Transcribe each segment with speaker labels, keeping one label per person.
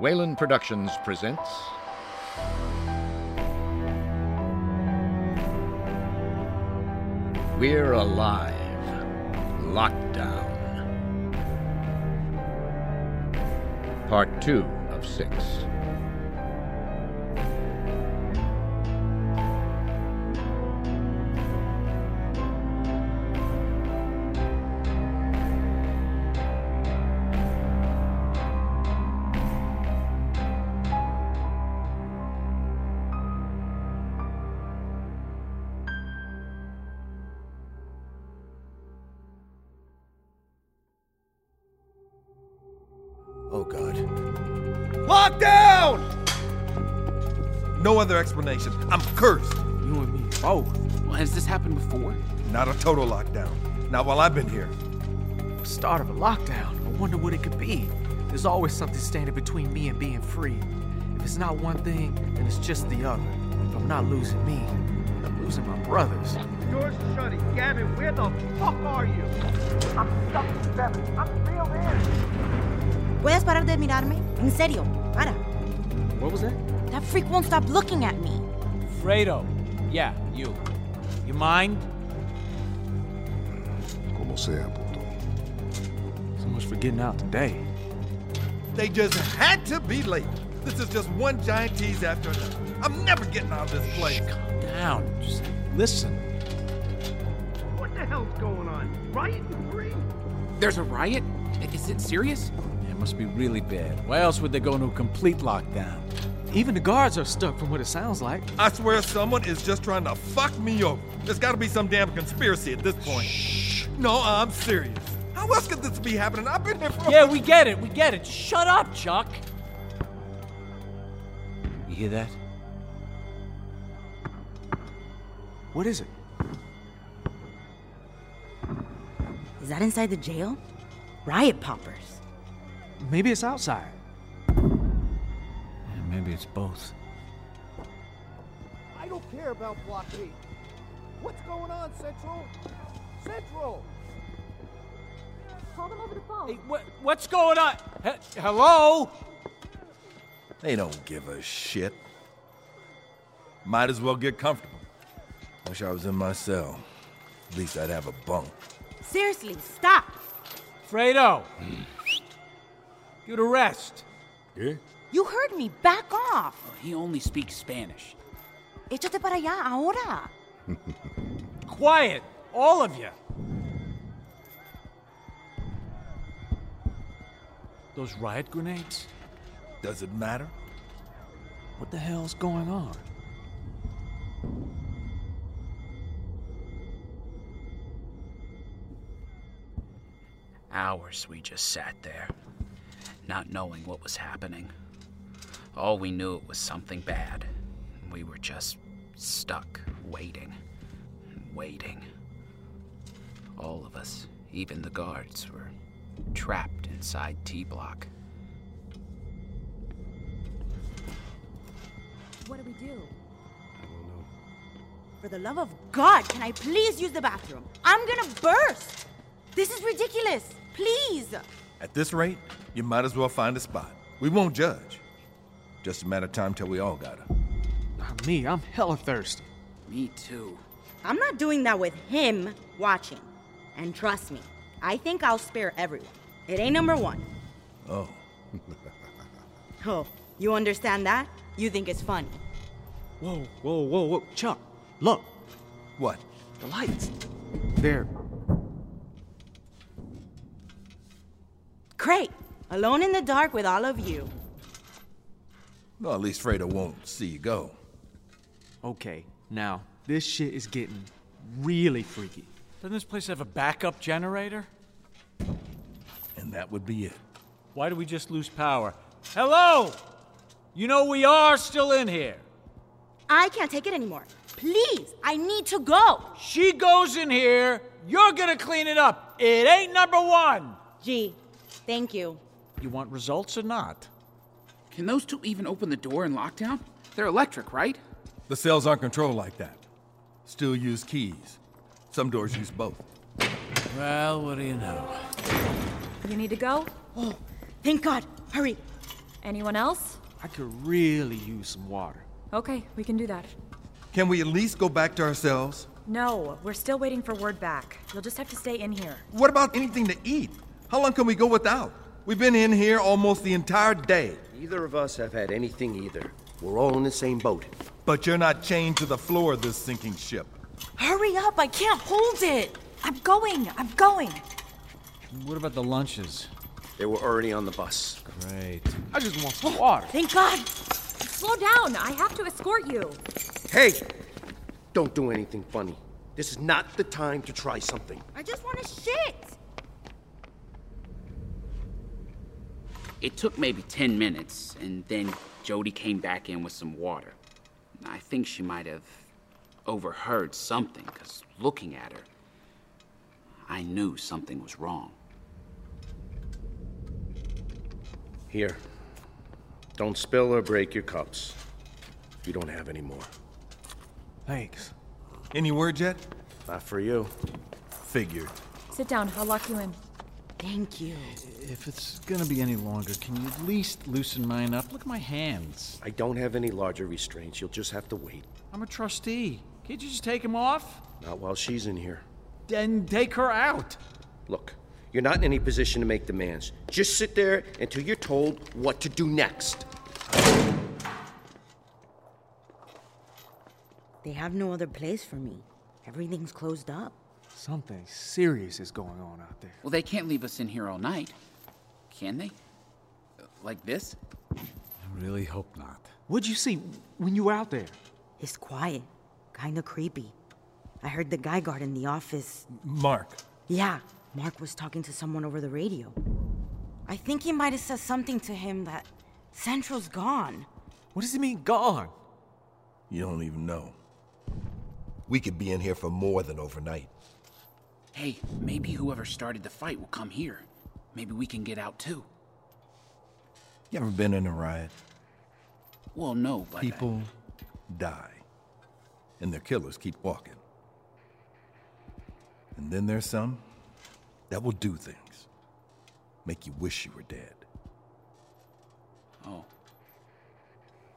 Speaker 1: Wayland Productions presents We're Alive Lockdown Part 2 of 6
Speaker 2: Oh god.
Speaker 3: Lockdown! No other explanation. I'm cursed.
Speaker 4: You and me both. Well, has this happened before?
Speaker 3: Not a total lockdown. Not while I've been here.
Speaker 4: Start of a lockdown. I wonder what it could be. There's always something standing between me and being free. If it's not one thing, then it's just the other. If I'm not losing me, I'm losing my brothers.
Speaker 5: Doors shutting. Gavin, where the fuck are you? I'm stuck in seven. I'm reeled in.
Speaker 6: ¿Puedes parar de mirarme? En serio, para.
Speaker 4: What was that?
Speaker 6: That freak won't stop looking at me.
Speaker 7: Fredo. Yeah, you. You mind?
Speaker 2: Como sea, puto.
Speaker 4: So much for getting out today.
Speaker 3: They just had to be late. This is just one giant tease after another. I'm never getting out of this place.
Speaker 4: Calm down. Just listen.
Speaker 5: What the hell's going on? Riot and free.
Speaker 4: There's a riot? I- Is it serious?
Speaker 7: It must be really bad. Why else would they go into a complete lockdown?
Speaker 4: Even the guards are stuck from what it sounds like.
Speaker 3: I swear someone is just trying to fuck me over. There's gotta be some damn conspiracy at this point. Shh. No, I'm serious. How else could this be happening? I've been here for
Speaker 7: Yeah, we get it. We get it. Shut up, Chuck. You hear that?
Speaker 4: What is it?
Speaker 6: Is that inside the jail? Riot poppers.
Speaker 4: Maybe it's outside.
Speaker 7: Yeah, maybe it's both.
Speaker 5: I don't care about blockade. What's going on, Central? Central!
Speaker 6: Call them over the phone.
Speaker 7: Hey, what, what's going on? He- hello?
Speaker 3: They don't give a shit. Might as well get comfortable. Wish I was in my cell. At least I'd have a bunk.
Speaker 6: Seriously, stop.
Speaker 7: Fredo. Give it a rest.
Speaker 6: You heard me. Back
Speaker 8: Oh,
Speaker 6: off.
Speaker 7: He only speaks Spanish.
Speaker 6: Échate para allá ahora.
Speaker 7: Quiet, all of you. Those riot grenades?
Speaker 3: Does it matter?
Speaker 4: What the hell's going on?
Speaker 8: Hours we just sat there, not knowing what was happening. All we knew it was something bad. We were just stuck, waiting, waiting. All of us, even the guards, were trapped inside T Block.
Speaker 6: What do we do? I don't know. For the love of God, can I please use the bathroom? I'm gonna burst. This is ridiculous. Please.
Speaker 3: At this rate, you might as well find a spot. We won't judge. Just a matter of time till we all got her.
Speaker 4: Not Ah, me. I'm hella thirsty.
Speaker 8: Me too.
Speaker 6: I'm not doing that with him watching. And trust me, I think I'll spare everyone. It ain't number one.
Speaker 3: Oh.
Speaker 6: Oh, you understand that? You think it's funny.
Speaker 4: Whoa, whoa, whoa, whoa. Chuck, look.
Speaker 3: What?
Speaker 4: The lights. They're.
Speaker 6: Great. Alone in the dark with all of you.
Speaker 3: Well, at least Fredo won't see you go.
Speaker 4: Okay, now, this shit is getting really freaky.
Speaker 7: Doesn't this place have a backup generator?
Speaker 3: And that would be it.
Speaker 7: Why do we just lose power? Hello! You know we are still in here.
Speaker 6: I can't take it anymore. Please, I need to go.
Speaker 7: She goes in here, you're gonna clean it up. It ain't number one.
Speaker 6: Gee, thank you.
Speaker 7: You want results or not?
Speaker 8: Can those two even open the door in lockdown? They're electric, right?
Speaker 3: The cells aren't controlled like that. Still use keys. Some doors use both.
Speaker 7: Well, what do you know?
Speaker 9: You need to go?
Speaker 6: Oh, thank God. Hurry.
Speaker 9: Anyone else?
Speaker 4: I could really use some water.
Speaker 9: Okay, we can do that.
Speaker 3: Can we at least go back to our cells?
Speaker 9: No, we're still waiting for word back. You'll just have to stay in here.
Speaker 3: What about anything to eat? How long can we go without? We've been in here almost the entire day.
Speaker 10: Neither of us have had anything either. We're all in the same boat.
Speaker 3: But you're not chained to the floor of this sinking ship.
Speaker 9: Hurry up, I can't hold it! I'm going, I'm going!
Speaker 7: What about the lunches?
Speaker 10: They were already on the bus.
Speaker 7: Great.
Speaker 4: I just want some water.
Speaker 9: Thank God! Slow down, I have to escort you.
Speaker 10: Hey! Don't do anything funny. This is not the time to try something.
Speaker 6: I just want to shit.
Speaker 8: It took maybe 10 minutes, and then Jody came back in with some water. I think she might have overheard something, because looking at her, I knew something was wrong.
Speaker 10: Here. Don't spill or break your cups. You don't have any more.
Speaker 4: Thanks.
Speaker 3: Any word yet?
Speaker 10: Not for you.
Speaker 3: Figured.
Speaker 9: Sit down, I'll lock you in.
Speaker 6: Thank you.
Speaker 7: If it's gonna be any longer, can you at least loosen mine up? Look at my hands.
Speaker 10: I don't have any larger restraints. You'll just have to wait.
Speaker 7: I'm a trustee. Can't you just take them off?
Speaker 10: Not while she's in here.
Speaker 7: Then take her out.
Speaker 10: Look, you're not in any position to make demands. Just sit there until you're told what to do next.
Speaker 6: They have no other place for me. Everything's closed up.
Speaker 4: Something serious is going on out there.
Speaker 8: Well, they can't leave us in here all night. Can they? Like this?
Speaker 7: I really hope not.
Speaker 4: What'd you see when you were out there?
Speaker 6: It's quiet, kinda creepy. I heard the guy guard in the office.
Speaker 3: Mark.
Speaker 6: Yeah, Mark was talking to someone over the radio. I think he might have said something to him that Central's gone.
Speaker 4: What does he mean, gone?
Speaker 3: You don't even know. We could be in here for more than overnight.
Speaker 8: Hey, maybe whoever started the fight will come here. Maybe we can get out too.
Speaker 3: You ever been in a riot?
Speaker 8: Well, no, but.
Speaker 3: People die, and their killers keep walking. And then there's some that will do things, make you wish you were dead.
Speaker 8: Oh.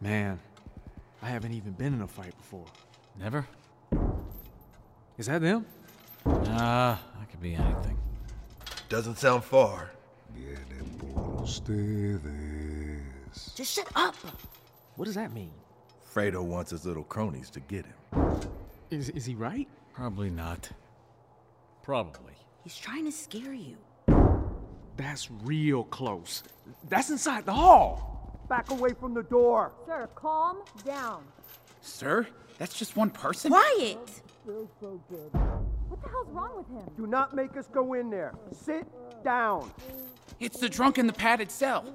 Speaker 4: Man, I haven't even been in a fight before.
Speaker 7: Never?
Speaker 4: Is that them?
Speaker 7: Nah, that could be anything.
Speaker 3: Doesn't sound far.
Speaker 2: Yeah, that boy Stevens.
Speaker 6: Just shut up!
Speaker 4: What does that mean?
Speaker 3: Fredo wants his little cronies to get him.
Speaker 4: Is, is he right?
Speaker 7: Probably not. Probably.
Speaker 6: He's trying to scare you.
Speaker 4: That's real close. That's inside the hall.
Speaker 5: Back away from the door.
Speaker 9: Sir, calm down.
Speaker 8: Sir, that's just one person?
Speaker 6: Quiet!
Speaker 5: Feels so good.
Speaker 9: What the hell's wrong with him?
Speaker 5: Do not make us go in there. Sit down.
Speaker 8: It's the drunk in the padded cell.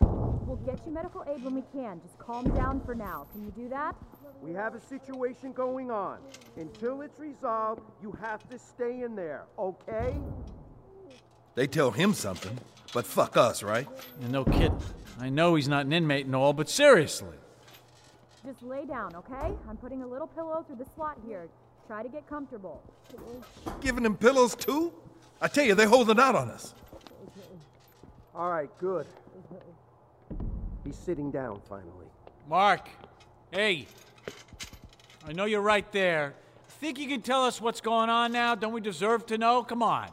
Speaker 9: We'll get you medical aid when we can. Just calm down for now. Can you do that?
Speaker 5: We have a situation going on. Until it's resolved, you have to stay in there, okay?
Speaker 3: They tell him something, but fuck us, right?
Speaker 7: no kidding. I know he's not an inmate and all, but seriously.
Speaker 9: Just lay down, okay? I'm putting a little pillow through the slot here. Try to get comfortable.
Speaker 3: Giving them pillows too? I tell you, they're holding out on us.
Speaker 5: All right, good. He's sitting down finally.
Speaker 7: Mark, hey, I know you're right there. Think you can tell us what's going on now? Don't we deserve to know? Come on.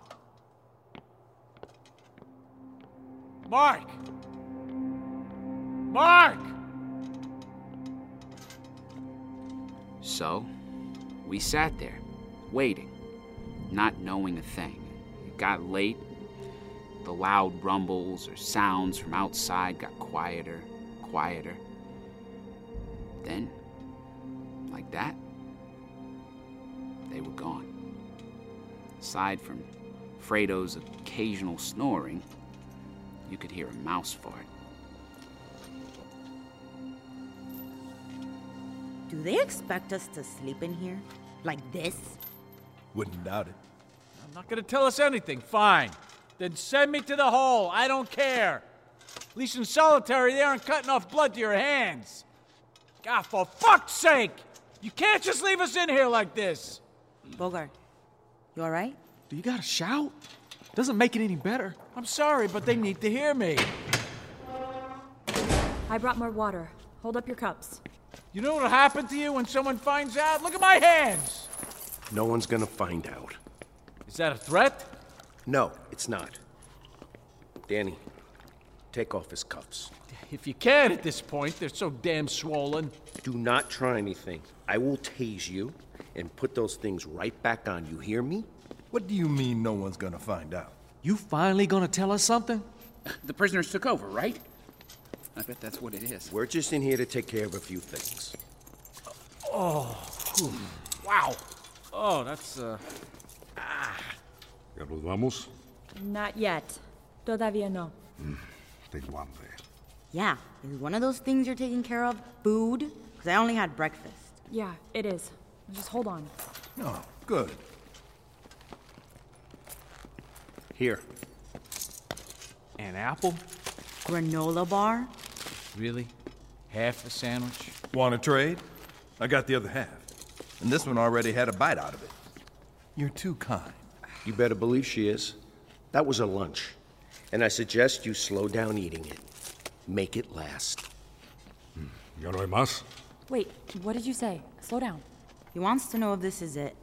Speaker 7: Mark! Mark!
Speaker 8: So, we sat there, waiting, not knowing a thing. It got late. The loud rumbles or sounds from outside got quieter, quieter. Then, like that, They were gone. Aside from Fredo's occasional snoring, you could hear a mouse fart.
Speaker 6: Do they expect us to sleep in here? Like this?
Speaker 3: Wouldn't doubt it.
Speaker 7: I'm not gonna tell us anything. Fine. Then send me to the hole. I don't care. At least in solitary, they aren't cutting off blood to your hands. God, for fuck's sake! You can't just leave us in here like this.
Speaker 6: Bogart, you all right?
Speaker 4: Do you gotta shout? Doesn't make it any better.
Speaker 7: I'm sorry, but they need to hear me.
Speaker 9: I brought more water. Hold up your cups.
Speaker 7: You know what'll happen to you when someone finds out? Look at my hands!
Speaker 10: No one's gonna find out.
Speaker 7: Is that a threat?
Speaker 10: No, it's not. Danny, take off his cuffs.
Speaker 7: If you can at this point, they're so damn swollen.
Speaker 10: Do not try anything. I will tase you and put those things right back on. You hear me?
Speaker 3: What do you mean no one's gonna find out?
Speaker 4: You finally gonna tell us something?
Speaker 8: Uh, The prisoners took over, right? I bet that's what it is.
Speaker 10: We're just in here to take care of a few things.
Speaker 7: Oh, whew. wow. Oh, that's, uh.
Speaker 2: ¿Ya nos vamos?
Speaker 9: Not yet. Todavía no.
Speaker 2: Tengo hambre.
Speaker 6: Yeah. Is one of those things you're taking care of food? Because I only had breakfast.
Speaker 9: Yeah, it is. Just hold on.
Speaker 3: No, Oh, good.
Speaker 10: Here.
Speaker 4: An apple?
Speaker 6: Granola bar?
Speaker 7: Really? Half a sandwich?
Speaker 3: Wanna trade? I got the other half. And this one already had a bite out of it. You're too kind.
Speaker 10: You better believe she is. That was a lunch. And I suggest you slow down eating it. Make it last.
Speaker 2: ¿Ya Hmm. no hay más?
Speaker 9: Wait, what did you say? Slow down.
Speaker 6: He wants to know if this is it.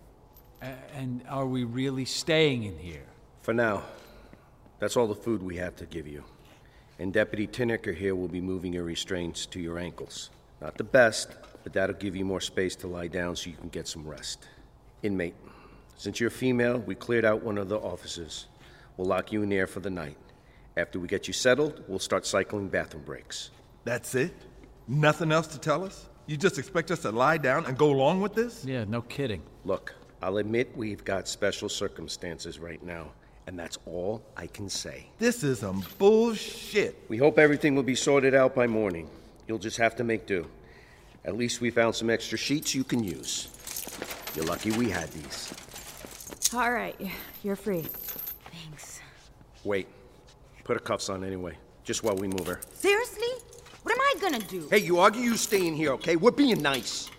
Speaker 7: and are we really staying in here?
Speaker 10: For now, that's all the food we have to give you. And Deputy Tinnicker here will be moving your restraints to your ankles. Not the best, but that'll give you more space to lie down so you can get some rest. Inmate, since you're female, we cleared out one of the officers. We'll lock you in there for the night. After we get you settled, we'll start cycling bathroom breaks.
Speaker 3: That's it? Nothing else to tell us? You just expect us to lie down and go along with this?
Speaker 7: Yeah, no kidding.
Speaker 10: Look, I'll admit we've got special circumstances right now, and that's all I can say.
Speaker 3: This is some bullshit.
Speaker 10: We hope everything will be sorted out by morning. You'll just have to make do. At least we found some extra sheets you can use. You're lucky we had these.
Speaker 9: All right, you're free.
Speaker 6: Thanks.
Speaker 10: Wait. Put her cuffs on anyway, just while we move her.
Speaker 6: Seriously? What am I gonna do?
Speaker 10: Hey, you argue you stay in here, okay? We're being nice.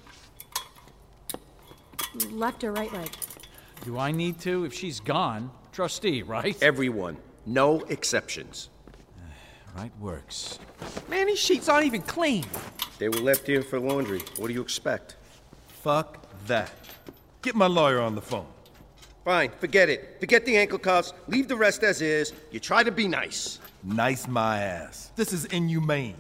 Speaker 9: Left or right leg?
Speaker 7: Do I need to? If she's gone, trustee, right?
Speaker 10: Everyone, no exceptions.
Speaker 7: Right works.
Speaker 4: Man, these sheets aren't even clean.
Speaker 10: They were left here for laundry. What do you expect?
Speaker 3: Fuck that. Get my lawyer on the phone.
Speaker 10: Fine, forget it. Forget the ankle cuffs. Leave the rest as is. You try to be nice.
Speaker 3: Nice my ass. This is inhumane.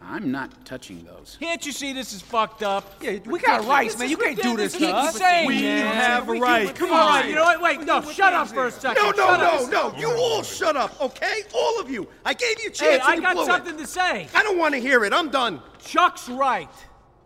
Speaker 8: I'm not touching those.
Speaker 7: Can't you see this is fucked up?
Speaker 4: Yeah, we got rights, man. You can't do this to us.
Speaker 3: We have a right. Come
Speaker 7: All
Speaker 3: on.
Speaker 7: right, you know what? Wait, no, shut up for a second.
Speaker 10: No, no,
Speaker 7: Shut up.
Speaker 10: no, no. You all shut up, okay? All of you. I gave you a chance.
Speaker 7: Hey,
Speaker 10: and
Speaker 7: I
Speaker 10: you
Speaker 7: got
Speaker 10: blew it.
Speaker 7: something to say.
Speaker 10: I don't want to hear it. I'm done.
Speaker 7: Chuck's right.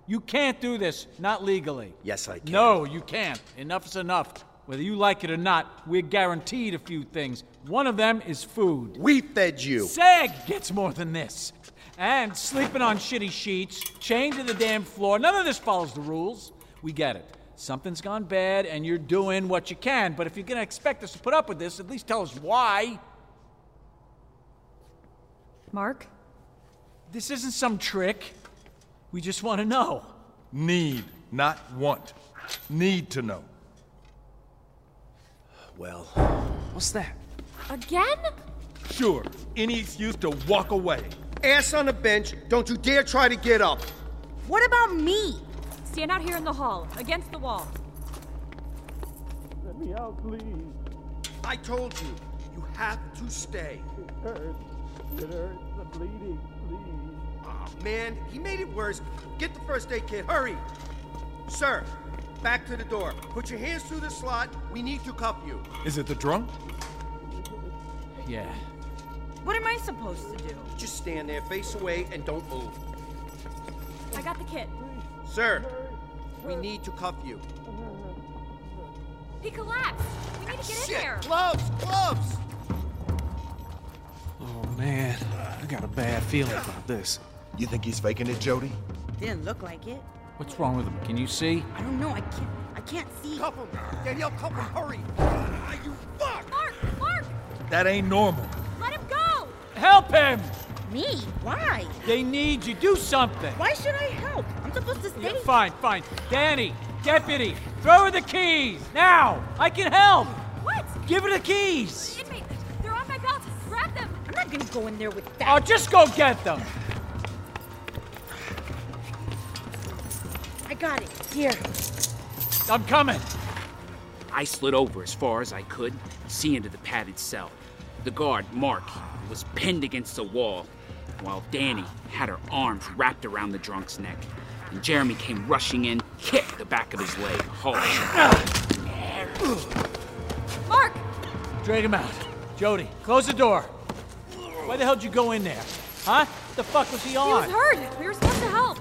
Speaker 7: You can't do this, not legally.
Speaker 10: Yes, I can.
Speaker 7: No, you can't. Enough is enough. Whether you like it or not, we're guaranteed a few things. One of them is food.
Speaker 10: We fed you.
Speaker 7: Sag gets more than this. And sleeping on shitty sheets, chained to the damn floor. None of this follows the rules. We get it. Something's gone bad, and you're doing what you can. But if you're gonna expect us to put up with this, at least tell us why.
Speaker 9: Mark?
Speaker 7: This isn't some trick. We just want to know.
Speaker 3: Need, not want. Need to know.
Speaker 10: Well,
Speaker 4: What's that?
Speaker 9: Again?
Speaker 3: Sure, any excuse to walk away.
Speaker 10: ass on a bench. Don't you dare try to get up.
Speaker 6: What about me?
Speaker 9: Stand out here in the hall, against the wall.
Speaker 5: Let me out, please.
Speaker 10: I told you. You have to stay.
Speaker 5: It hurts. It hurts. The bleeding, please.
Speaker 10: Aw, man, he made it worse. Get the first aid kit. Hurry. Sir, back to the door. Put your hands through the slot. We need to cuff you.
Speaker 3: Is it the drunk?
Speaker 7: Yeah.
Speaker 6: What am I supposed to do?
Speaker 10: Just stand there, face away, and don't move.
Speaker 9: I got the kit.
Speaker 10: Sir, we need to cuff you.
Speaker 9: He collapsed. We need to get in there.
Speaker 3: Gloves! Gloves!
Speaker 4: Oh man, I got a bad feeling about this.
Speaker 11: You think he's faking it, Jody?
Speaker 6: Didn't look like it.
Speaker 7: What's wrong with him? Can you see?
Speaker 6: I don't know. I can't. I can't see. Cuff him, Danielle. Cuff him. Hurry. Ah,
Speaker 9: You fuck! Mark! Mark!
Speaker 3: That ain't normal.
Speaker 9: Let him go!
Speaker 7: Help him!
Speaker 6: Me? Why?
Speaker 7: They need you. Do something.
Speaker 6: Why should I help? I'm supposed to stay.
Speaker 7: Yeah, fine, fine. Danny, deputy, throw her the keys now. I can help.
Speaker 9: What?
Speaker 7: Give her the keys.
Speaker 9: Inmate, they're on my belt. Grab them.
Speaker 6: I'm not gonna go in there with that.
Speaker 7: Oh, just go get them.
Speaker 6: I got it. Here.
Speaker 7: I'm coming.
Speaker 8: I slid over as far as I could, see into the padded cell. The guard, Mark, was pinned against the wall, while Danny had her arms wrapped around the drunk's neck. And Jeremy came rushing in, kicked the back of his leg hard.
Speaker 9: Mark!
Speaker 7: Drag him out. Jody, close the door. Why the hell did you go in there? Huh? The fuck was he
Speaker 9: He
Speaker 7: on?
Speaker 9: was hurt. We were supposed to help.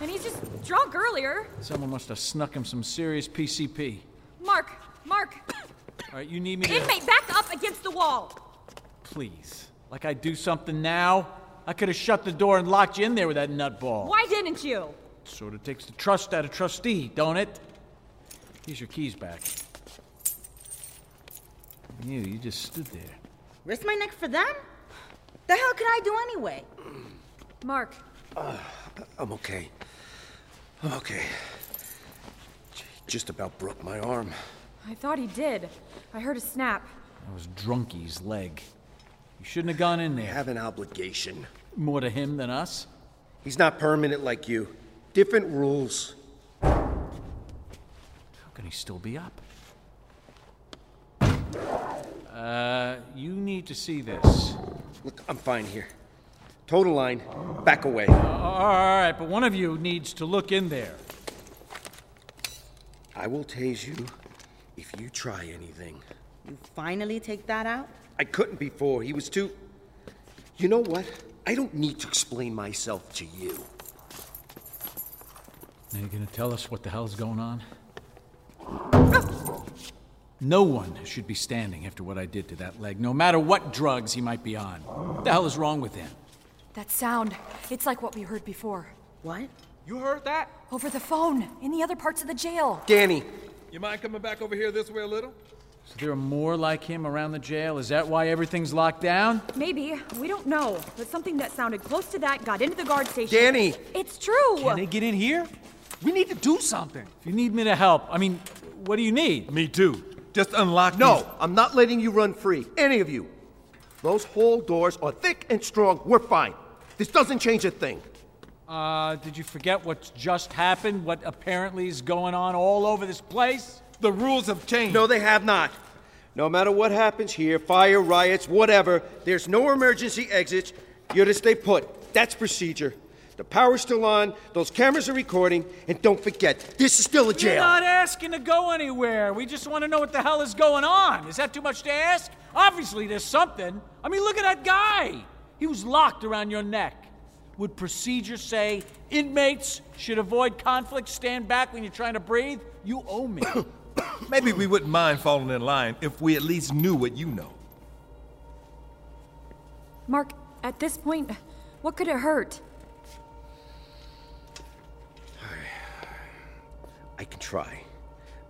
Speaker 9: And he's just drunk earlier.
Speaker 7: Someone must have snuck him some serious PCP.
Speaker 9: Mark! Mark!
Speaker 7: All right, you need me to.
Speaker 9: Inmate, back up against the wall!
Speaker 7: Please. Like I do something now? I could have shut the door and locked you in there with that nutball.
Speaker 9: Why didn't you?
Speaker 7: Sort of takes the trust out of trustee, don't it? Here's your keys back. You, you just stood there.
Speaker 6: Risk my neck for them? The hell could I do anyway?
Speaker 9: Mark.
Speaker 10: Ah, I'm okay. I'm okay. Just about broke my arm.
Speaker 9: I thought he did. I heard a snap.
Speaker 7: That was Drunkie's leg. You shouldn't have gone in there.
Speaker 10: have an obligation.
Speaker 7: More to him than us?
Speaker 10: He's not permanent like you. Different rules.
Speaker 7: How can he still be up? Uh, you need to see this.
Speaker 10: Look, I'm fine here. Toe the line, back away.
Speaker 7: All right, but one of you needs to look in there.
Speaker 10: I will tase you if you try anything.
Speaker 6: You finally take that out?
Speaker 10: I couldn't before. He was too. You know what? I don't need to explain myself to you.
Speaker 7: Now you gonna tell us what the hell's going on? No one should be standing after what I did to that leg, no matter what drugs he might be on. What the hell is wrong with him?
Speaker 9: That sound. It's like what we heard before.
Speaker 6: What?
Speaker 9: You heard that? Over the phone, in the other parts of the jail.
Speaker 10: Danny.
Speaker 3: You mind coming back over here this way a little?
Speaker 7: So there are more like him around the jail? Is that why everything's locked down?
Speaker 9: Maybe. We don't know. But something that sounded close to that got into the guard station.
Speaker 7: Danny!
Speaker 9: It's true!
Speaker 7: Can they get in here? We need to do something. If you need me to help, I mean, what do you need? Me too.
Speaker 11: Just unlock
Speaker 7: No.
Speaker 5: I'm not letting you run free, any of you. Those hall doors are thick and strong. We're fine. This doesn't change a thing.
Speaker 7: Uh, did you forget what's just happened? What apparently is going on all over this place? The rules have changed.
Speaker 10: No, they have not. No matter what happens here fire, riots, whatever there's no emergency exits. You're to stay put. That's procedure. The power's still on, those cameras are recording, and don't forget, this is still a
Speaker 7: You're
Speaker 10: jail.
Speaker 7: not asking to go anywhere. We just want to know what the hell is going on. Is that too much to ask? Obviously, there's something. I mean, look at that guy. He was locked around your neck. Would procedure say inmates should avoid conflict, stand back when you're trying to breathe? You owe me.
Speaker 3: Maybe we wouldn't mind falling in line if we at least knew what you know.
Speaker 9: Mark, at this point, what could it hurt?
Speaker 10: I can try.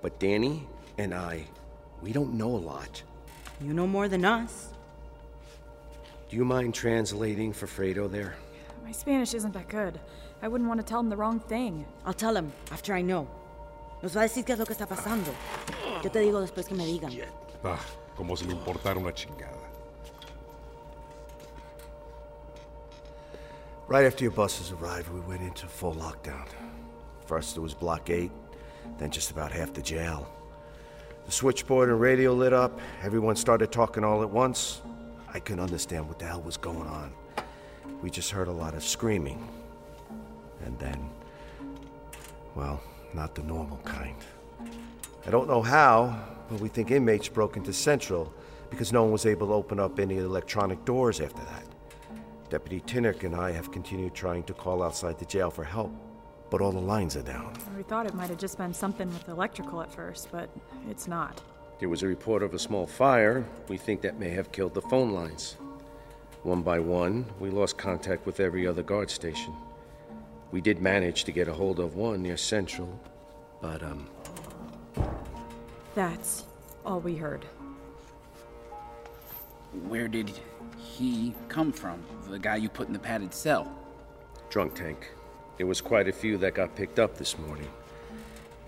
Speaker 10: But Danny and I, we don't know a lot.
Speaker 6: You know more than us.
Speaker 10: Do you mind translating for Fredo there?
Speaker 9: My Spanish isn't that good. I wouldn't want to tell him the wrong thing.
Speaker 6: I'll tell him after I know. Nos va a decir qué es lo que está pasando. Yo te digo después que me digan.
Speaker 2: Ah, como si le importara una chingada.
Speaker 11: Right after your buses arrived, we went into full lockdown. First, it was Block 8, then just about half the jail. The switchboard and radio lit up, everyone started talking all at once. I couldn't understand what the hell was going on. We just heard a lot of screaming. And then, well, not the normal kind. I don't know how, but we think inmates broke into Central because no one was able to open up any electronic doors after that. Deputy Tinnick and I have continued trying to call outside the jail for help, but all the lines are down.
Speaker 9: We thought it might have just been something with electrical at first, but it's not.
Speaker 10: There was a report of a small fire. We think that may have killed the phone lines. One by one, we lost contact with every other guard station. We did manage to get a hold of one near Central, but, um,
Speaker 9: That's all we heard.
Speaker 8: Where did he come from? The guy you put in the padded cell?
Speaker 10: drunk tank. There was quite a few that got picked up this morning.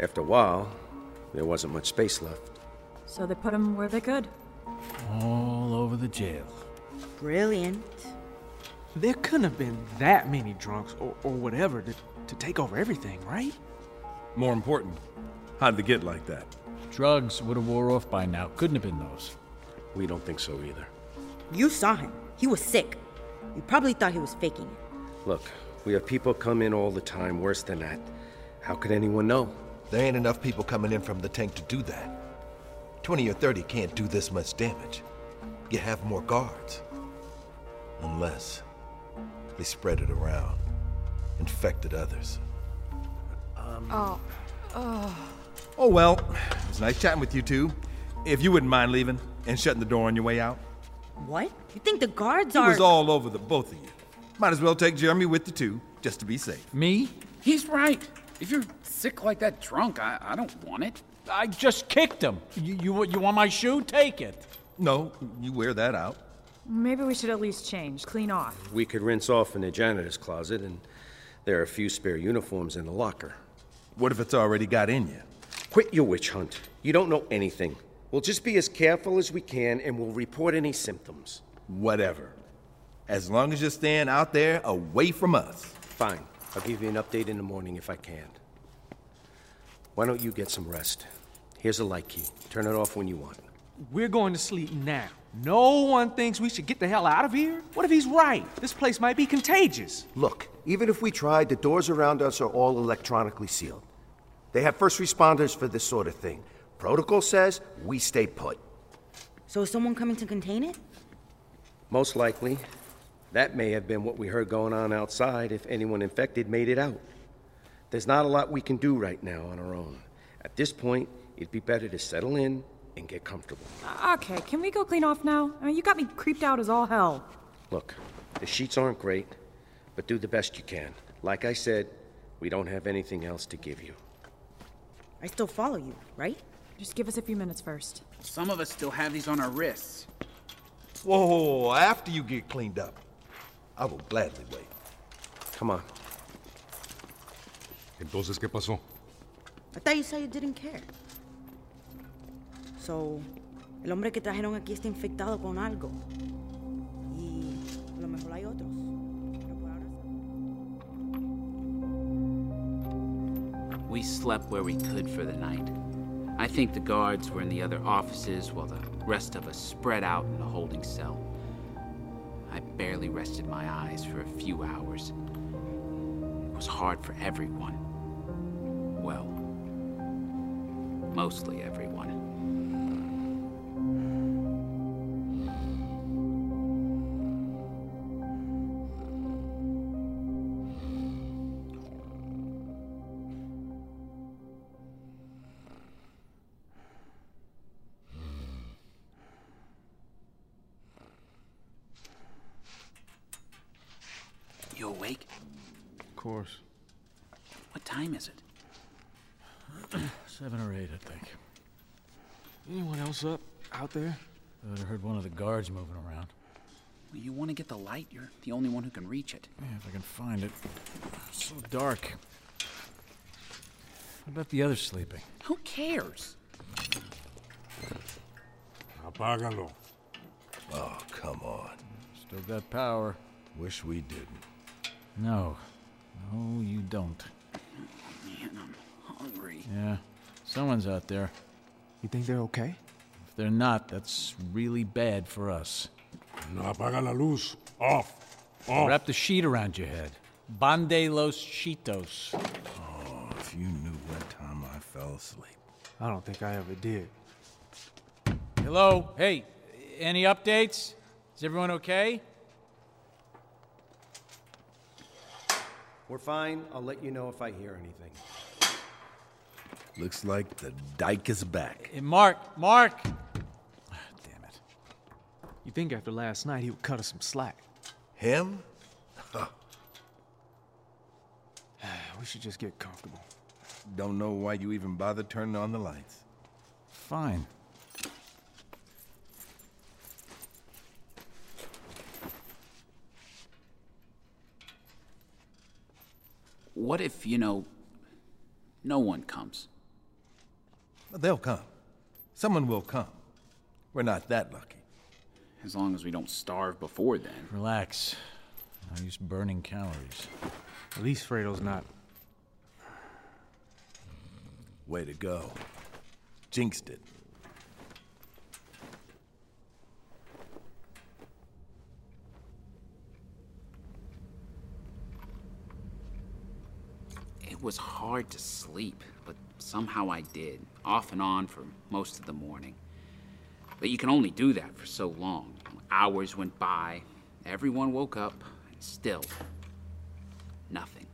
Speaker 10: After a while, there wasn't much space left.
Speaker 9: So they put them where they could.
Speaker 4: All over the jail.
Speaker 6: Brilliant.
Speaker 4: There couldn't have been that many drunks or, or whatever to, to take over everything, right?
Speaker 3: More important, how'd they get like that?
Speaker 7: Drugs would have wore off by now. Couldn't have been those.
Speaker 10: We don't think so either.
Speaker 6: You saw him. He was sick. You probably thought he was faking it.
Speaker 10: Look, we have people come in all the time worse than that. How could anyone know?
Speaker 12: There ain't enough people coming in from the tank to do that. 20 or 30 can't do this much damage. You have more guards. Unless they spread it around, infected others.
Speaker 3: Oh. Oh, well, it was nice chatting with you two. If you wouldn't mind leaving and shutting the door on your way out.
Speaker 6: What? You think the guards
Speaker 3: He
Speaker 6: are.
Speaker 3: was all over the both of you. Might as well take Jeremy with you too, just to be safe.
Speaker 7: Me?
Speaker 8: He's right. If you're sick like that drunk, I, I don't want it.
Speaker 7: I just kicked him. You, you, you want my shoe? Take it.
Speaker 3: No, you wear that out.
Speaker 9: Maybe we should at least change, clean off.
Speaker 10: We could rinse off in the janitor's closet, and there are a few spare uniforms in the locker.
Speaker 3: What if it's already got in you?
Speaker 10: Quit your witch hunt. You don't know anything. We'll just be as careful as we can, and we'll report any symptoms.
Speaker 3: Whatever. As long as you're staying out there away from us.
Speaker 10: Fine. I'll give you an update in the morning if I can. Why don't you get some rest? Here's a light key. Turn it off when you want.
Speaker 4: We're going to sleep now. No one thinks we should get the hell out of here. What if he's right? This place might be contagious.
Speaker 11: Look, even if we tried, the doors around us are all electronically sealed. They have first responders for this sort of thing. Protocol says we stay put.
Speaker 6: So is someone coming to contain it?
Speaker 10: Most likely, that may have been what we heard going on outside if anyone infected made it out. There's not a lot we can do right now on our own. At this point, it'd be better to settle in and get comfortable.
Speaker 9: Okay, can we go clean off now? I mean, you got me creeped out as all hell.
Speaker 10: Look, the sheets aren't great, but do the best you can. Like I said, we don't have anything else to give you.
Speaker 6: I still follow you, right?
Speaker 9: Just give us a few minutes first.
Speaker 8: Some of us still have these on our wrists.
Speaker 12: Whoa, whoa, whoa, after you get cleaned up, I will gladly wait.
Speaker 10: Come on.
Speaker 2: Entonces, ¿qué pasó?
Speaker 6: I thought you said you didn't care. So, el hombre que trajeron aquí está infectado con algo. Y a lo mejor hay otros.
Speaker 8: We slept where we could for the night. I think the guards were in the other offices while the rest of us spread out in the holding cell. I barely rested my eyes for a few hours. It was hard for everyone. Well, mostly everyone. You awake?
Speaker 7: Of course.
Speaker 8: What time is it?
Speaker 7: Seven or eight, I think.
Speaker 4: Anyone else up out there?
Speaker 7: I heard one of the guards moving around.
Speaker 8: Well, you want to get the light? You're the only one who can reach it.
Speaker 7: Yeah, if I can find it. It's so dark. What about the others sleeping?
Speaker 8: Who cares?
Speaker 2: Apágalo.
Speaker 12: Oh, come on.
Speaker 7: Still got power.
Speaker 12: Wish we didn't.
Speaker 7: No. No, you don't.
Speaker 8: Man, I'm hungry.
Speaker 7: Yeah. Someone's out there.
Speaker 4: You think they're okay?
Speaker 7: If they're not, that's really bad for us.
Speaker 2: No apaga la luz. Off. Off.
Speaker 7: Wrap the sheet around your head. Bande los chitos.
Speaker 3: Oh, if you knew what time I fell asleep.
Speaker 4: I don't think I ever did.
Speaker 7: Hello? Hey, any updates? Is everyone okay?
Speaker 10: We're fine. I'll let you know if I hear anything.
Speaker 3: Looks like the dyke is back.
Speaker 7: Hey, Mark, Mark!
Speaker 4: Ah, You think after last night he would cut us some slack?
Speaker 12: Him?
Speaker 4: we should just get comfortable.
Speaker 3: Don't know why you even bother turning on the lights.
Speaker 7: Fine.
Speaker 8: What if, you know, no one comes?
Speaker 3: They'll come. Someone will come. We're not that lucky.
Speaker 8: As long as we don't starve before then.
Speaker 7: Relax. No use burning calories.
Speaker 4: At least Fredo's not.
Speaker 3: Way to go. Jinxed it.
Speaker 8: It was hard to sleep, but somehow I did, off and on for most of the morning. But you can only do that for so long. Hours went by, everyone woke up, and still, nothing.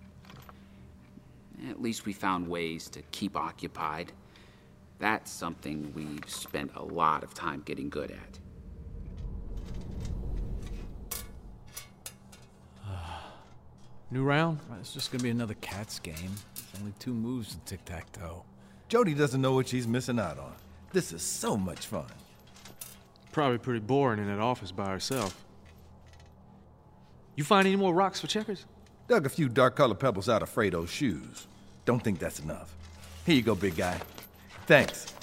Speaker 8: At least we found ways to keep occupied. That's something we've spent a lot of time getting good at.
Speaker 7: New round? It's just gonna be another cat's game. There's only two moves in tic tac toe.
Speaker 3: Jody doesn't know what she's missing out on. This is so much fun.
Speaker 4: Probably pretty boring in that office by herself. You find any more rocks for checkers?
Speaker 3: Dug a few dark colored pebbles out of Fredo's shoes. Don't think that's enough. Here you go, big guy. Thanks.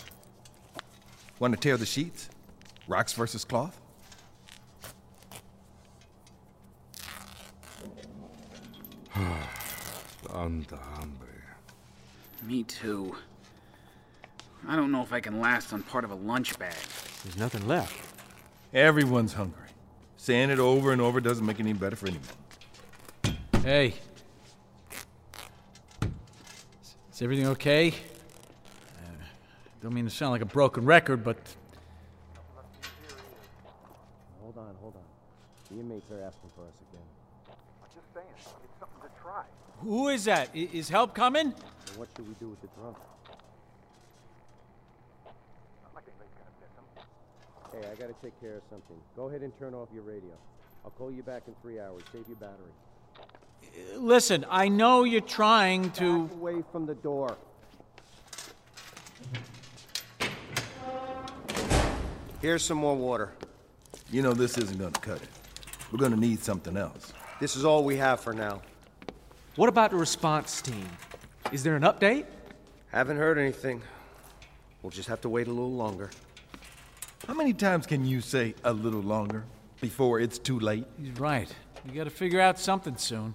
Speaker 3: Want to tear the sheets? Rocks versus cloth?
Speaker 13: Anda hambre.
Speaker 8: Me too. I don't know if I can last on part of a lunch bag.
Speaker 4: There's nothing left.
Speaker 3: Everyone's hungry. Saying it over and over doesn't make it any better for anyone.
Speaker 7: Hey. Is everything okay? Uh, don't mean to sound like a broken record, but
Speaker 5: Hold on, hold on. The inmates are asking for us again.
Speaker 14: I'm just saying, it's something to try.
Speaker 7: who is that? I- is help coming?
Speaker 5: So what should we do with the drunk? Hey, I gotta take care of something. Go ahead and turn off your radio. I'll call you back in three hours. Save your battery.
Speaker 4: Uh,
Speaker 7: Listen, I know you're trying to.
Speaker 5: Away from the door.
Speaker 3: Here's some more water. You know this isn't gonna cut it. We're gonna need something else.
Speaker 10: This is all we have for now.
Speaker 4: What about the response team? Is there an update?
Speaker 10: Haven't heard anything. We'll just have to wait a little longer.
Speaker 3: How many times can you say a little longer before it's too late?
Speaker 7: He's right. We gotta figure out something soon.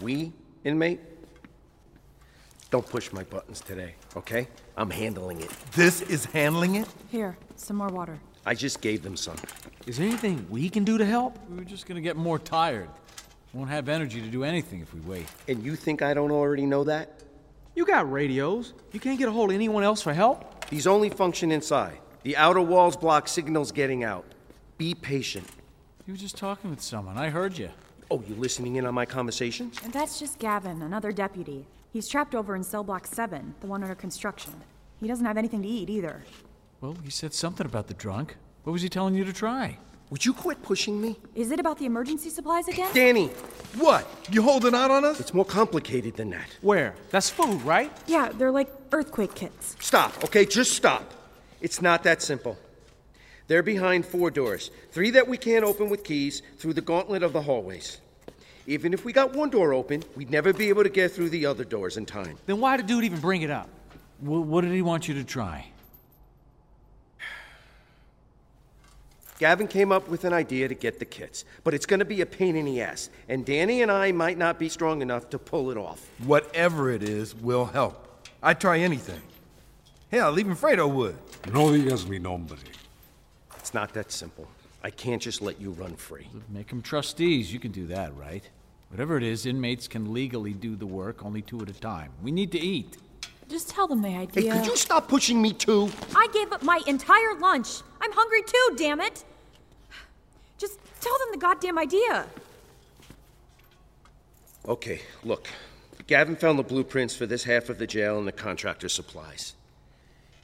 Speaker 10: We, inmate? Don't push my buttons today, okay? I'm handling it.
Speaker 3: This is handling it?
Speaker 9: Here, some more water.
Speaker 10: I just gave them some.
Speaker 4: Is there anything we can do to help?
Speaker 7: We're just gonna get more tired. Won't have energy to do anything if we wait.
Speaker 10: And you think I don't already know that?
Speaker 4: You got radios. You can't get a hold of anyone else for help?
Speaker 10: These only function inside. The outer walls block signals getting out. Be patient.
Speaker 7: You were just talking with someone. I heard you.
Speaker 10: Oh, you listening in on my conversations?
Speaker 9: And that's just Gavin, another deputy. He's trapped over in cell block 7, the one under construction. He doesn't have anything to eat either.
Speaker 7: Well, he said something about the drunk. What was he telling you to try?
Speaker 10: Would you quit pushing me?
Speaker 9: Is it about the emergency supplies again?
Speaker 10: Danny!
Speaker 3: What? You holding out on us?
Speaker 10: It's more complicated than that.
Speaker 4: Where? That's food, right?
Speaker 9: Yeah, they're like earthquake kits.
Speaker 10: Stop, okay? Just stop. It's not that simple. They're behind four doors three that we can't open with keys through the gauntlet of the hallways. Even if we got one door open, we'd never be able to get through the other doors in time.
Speaker 4: Then why did dude even bring it up?
Speaker 7: Wh- what did he want you to try?
Speaker 10: Gavin came up with an idea to get the kits, but it's going to be a pain in the ass, and Danny and I might not be strong enough to pull it off.
Speaker 3: Whatever it is will help. I'd try anything. Hell, even Fredo would.
Speaker 10: No digas mi nombre. It's not that simple. I can't just let you run free.
Speaker 7: Make them trustees. You can do that, right? Whatever it is, inmates can legally do the work only two at a time. We need to eat.
Speaker 9: Just tell them the
Speaker 10: Hey,
Speaker 9: idea.
Speaker 10: could you stop pushing me too?
Speaker 9: I gave up my entire lunch. I'm hungry too, damn it. Just tell them the goddamn idea.
Speaker 10: Okay, look. Gavin found the blueprints for this half of the jail and the contractor's supplies.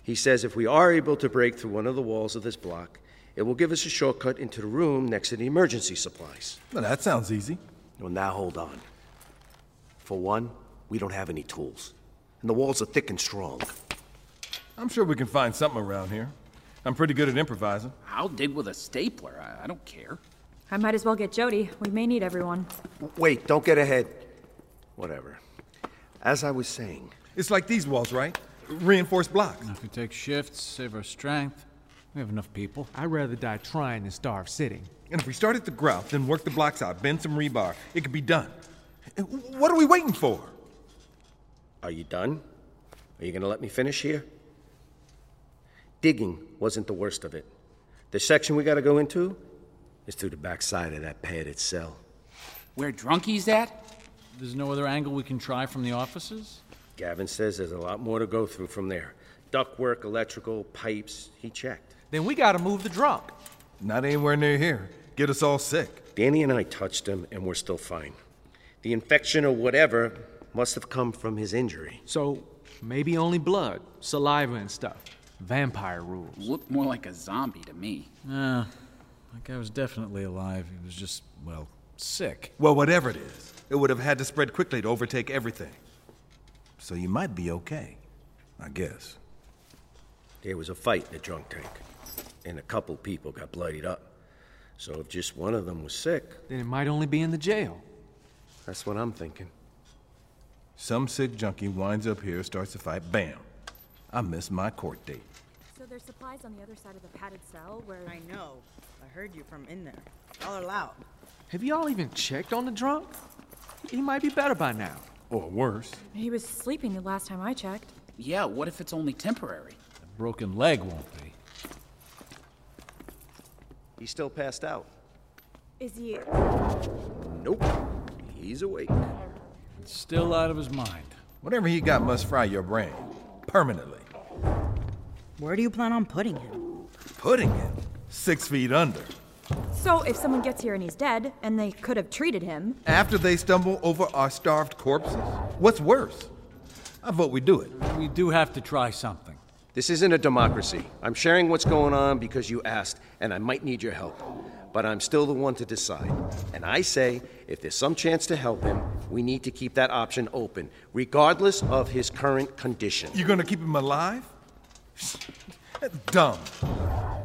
Speaker 10: He says if we are able to break through one of the walls of this block, it will give us a shortcut into the room next to the emergency supplies.
Speaker 3: Well, that sounds easy.
Speaker 11: Well, now hold on. For one, we don't have any tools, and the walls are thick and strong.
Speaker 3: I'm sure we can find something around here. I'm pretty good at improvising.
Speaker 8: I'll dig with a stapler. I, I don't care.
Speaker 9: I might as well get Jody. We may need everyone.
Speaker 11: Wait, don't get ahead. Whatever. As I was saying,
Speaker 3: It's like these walls, right? Reinforced blocks.
Speaker 7: If we take shifts, save our strength, we have enough people.
Speaker 4: I'd rather die trying than starve sitting.
Speaker 3: And if we start at the grout, then work the blocks out, bend some rebar, it could be done. Uh, What are we waiting for?
Speaker 10: Are you done? Are you going to let me finish here? Digging wasn't the worst of it. The section we got to go into is through the backside of that padded cell.
Speaker 8: Where Drunky's at?
Speaker 7: There's no other angle we can try from the offices?
Speaker 10: Gavin says there's a lot more to go through from there ductwork, electrical, pipes. He checked.
Speaker 4: Then we got to move the drunk.
Speaker 3: Not anywhere near here. Get us all sick.
Speaker 10: Danny and I touched him, and we're still fine. The infection or whatever must have come from his injury.
Speaker 4: So maybe only blood, saliva, and stuff. Vampire rules.
Speaker 8: Looked more like a zombie to me.
Speaker 7: Nah. That guy was definitely alive. He was just, well, sick.
Speaker 3: Well, whatever it is, it would have had to spread quickly to overtake everything. So you might be okay, I guess.
Speaker 10: There was a fight in the drunk tank, and a couple people got bloodied up. So if just one of them was sick,
Speaker 4: Then it might only be in the jail.
Speaker 10: that's what I'm thinking.
Speaker 3: Some sick junkie winds up here, starts to fight, bam. I miss my court date.
Speaker 9: So there's supplies on the other side of the padded cell where.
Speaker 6: I know. I heard you from in there. Y'all are loud.
Speaker 4: Have y'all even checked on the drunk? He might be better by now.
Speaker 3: Or worse.
Speaker 9: He was sleeping the last time I checked.
Speaker 8: Yeah, what if it's only temporary?
Speaker 7: That broken leg won't be.
Speaker 10: He's still passed out.
Speaker 9: Is he.
Speaker 10: Nope. He's awake.
Speaker 7: Still out of his mind.
Speaker 3: Whatever he got must fry your brain. Permanently.
Speaker 6: Where do you plan on putting him?
Speaker 3: Putting it six feet under.
Speaker 9: So if someone gets here and he's dead, and they could have treated him,
Speaker 3: After they stumble over our starved corpses? What's worse? I vote we do it.
Speaker 7: We do have to try something.
Speaker 10: This isn't a democracy. I'm sharing what's going on because you asked, and I might need your help. But I'm still the one to decide. And I say, if there's some chance to help him, we need to keep that option open, regardless of his current condition.
Speaker 3: You're gonna keep him alive? That's dumb.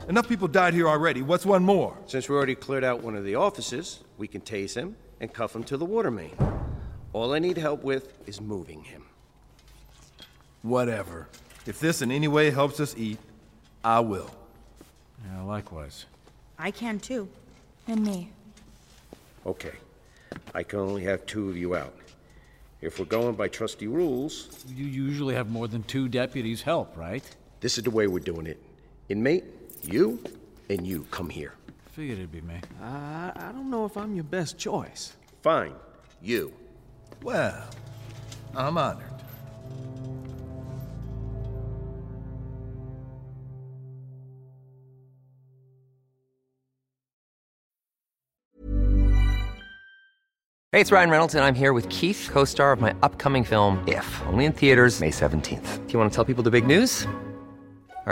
Speaker 3: Enough people died here already. What's one more?
Speaker 10: Since we already cleared out one of the offices, we can tase him and cuff him to the water main. All I need help with is moving him.
Speaker 3: Whatever. If this in any way helps us eat, I will.
Speaker 7: Yeah, likewise.
Speaker 6: I can too.
Speaker 9: and me.
Speaker 10: Okay. I can only have two of you out. If we're going by trusty rules,
Speaker 7: You usually have more than two deputies help, right?
Speaker 10: This is the way we're doing it. Inmate, you and you come here.
Speaker 7: Figured it'd be me.
Speaker 4: Uh, I don't know if I'm your best choice.
Speaker 10: Fine. You.
Speaker 3: Well, I'm honored.
Speaker 15: Hey, it's Ryan Reynolds, and I'm here with Keith, co star of my upcoming film, If, only in theaters, May 17th. Do you want to tell people the big news? All